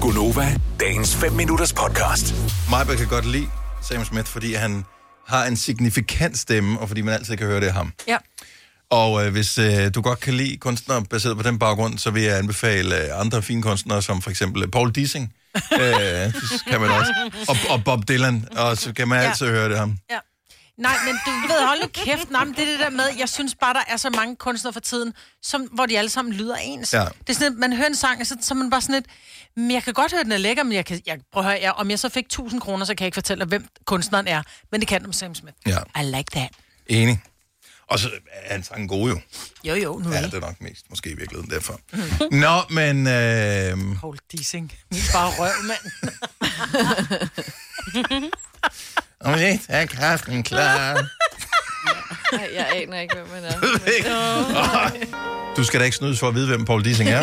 Gunova, dagens 5 minutters podcast. Majbert kan godt lide Sam Smith, fordi han har en signifikant stemme, og fordi man altid kan høre, det er ham. Ja. Og øh, hvis øh, du godt kan lide kunstnere baseret på den baggrund, så vil jeg anbefale øh, andre fine kunstnere, som for eksempel øh, Paul Dissing, øh, så kan man også, og, og Bob Dylan, og så kan man Ja. altid høre det ham. ja. Nej, men du ved, hold nu kæft, nej, men det er det der med, jeg synes bare, der er så mange kunstnere for tiden, som, hvor de alle sammen lyder ens. Ja. Det er sådan, at man hører en sang, og så, så er man bare sådan lidt, men jeg kan godt høre, den er lækker, men jeg kan, jeg, prøv at høre, jeg, om jeg så fik 1000 kroner, så kan jeg ikke fortælle dig, hvem kunstneren er, men det kan om Sam Smith. Ja. I like that. Enig. Og så er han sang god jo. Jo, jo, nu Ja, er det det. er nok mest, måske i virkeligheden derfor. Nå, men... Øh, Paul Dissing. Min bare røv, mand. om lidt er kraften klar. Ej, jeg aner ikke, hvem man er. Du skal da ikke snydes for at vide, hvem Paul Dissing er.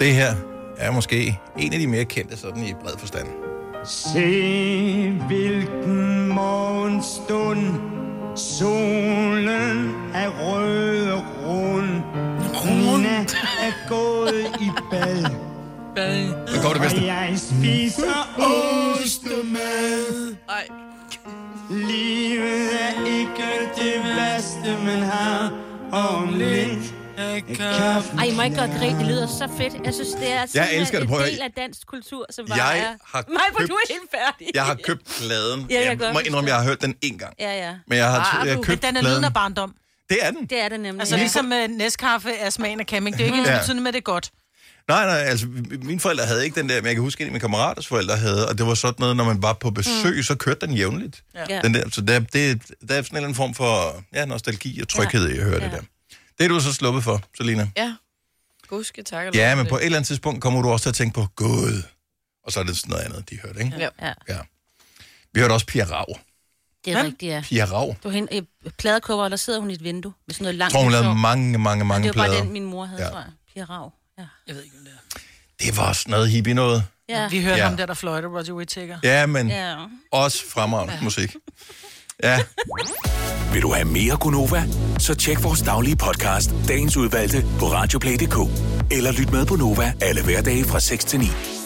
Det her er måske en af de mere kendte sådan i bred forstand. Se, hvilken morgenstund Solen er rød og rund Rune er gået i bad Så kommer det bedste. Og jeg spiser ostemad Ej, Livet er ikke det værste, man har Og om lidt er kaffen Ej, I må ikke godt grine. Det lyder så fedt. Jeg synes, det er simpelthen elsker det. en Prøv at- del af dansk kultur, som bare Jeg er... har Nej, hvor købt- du er helt færdig. Jeg har købt pladen. jeg jeg kan godt må indrømme, jeg har hørt den én gang. Ja, ja. Men jeg har, Ah, jeg har du- købt Den er lyden pladen. af barndom. Det er den. Det er det nemlig. Altså ja. ligesom uh, næstkaffe er smagen af camping. Det er jo ikke Ja. ja. betydende med, at det er godt. Nej, nej, altså mine forældre havde ikke den der, men jeg kan huske, at en af mine kammeraters forældre havde, og det var sådan noget, når man var på besøg, mm. så kørte den jævnligt. Ja. Den der, så der, det, der er sådan en eller anden form for ja, nostalgi og tryghed i at høre ja. det der. Det er du så sluppet for, Selina. ja. Gudske tak. eller Ja, hvad men det på et eller andet tidspunkt kommer du også til at tænke på Gud. Og så er det sådan noget andet, de hørte, ikke? Ja. Ja, ja. Vi hørte også Pia Rav. det er rigtigt, ja. Pia Rav. Du er hende i pladekubber, og der sidder hun i et vindue med sådan noget langt... Jeg tror, hun lavede hår. mange, mange, mange Det var plader. bare den, min mor havde, Ja. ja. tror jeg. Pia Rav. Ja. Jeg ved ikke, om det er. Det var sådan noget hippie noget. Ja. Vi hører Ja. ja. ham der, der fløjter, Roger Whittaker. Ja, men ja. ja. også fremragende musik. Ja, Vil du have mere Gunova? Så tjek vores daglige podcast, dagens udvalgte, på radioplay.dk. Eller lyt med på Nova alle hverdage fra 6 til 9.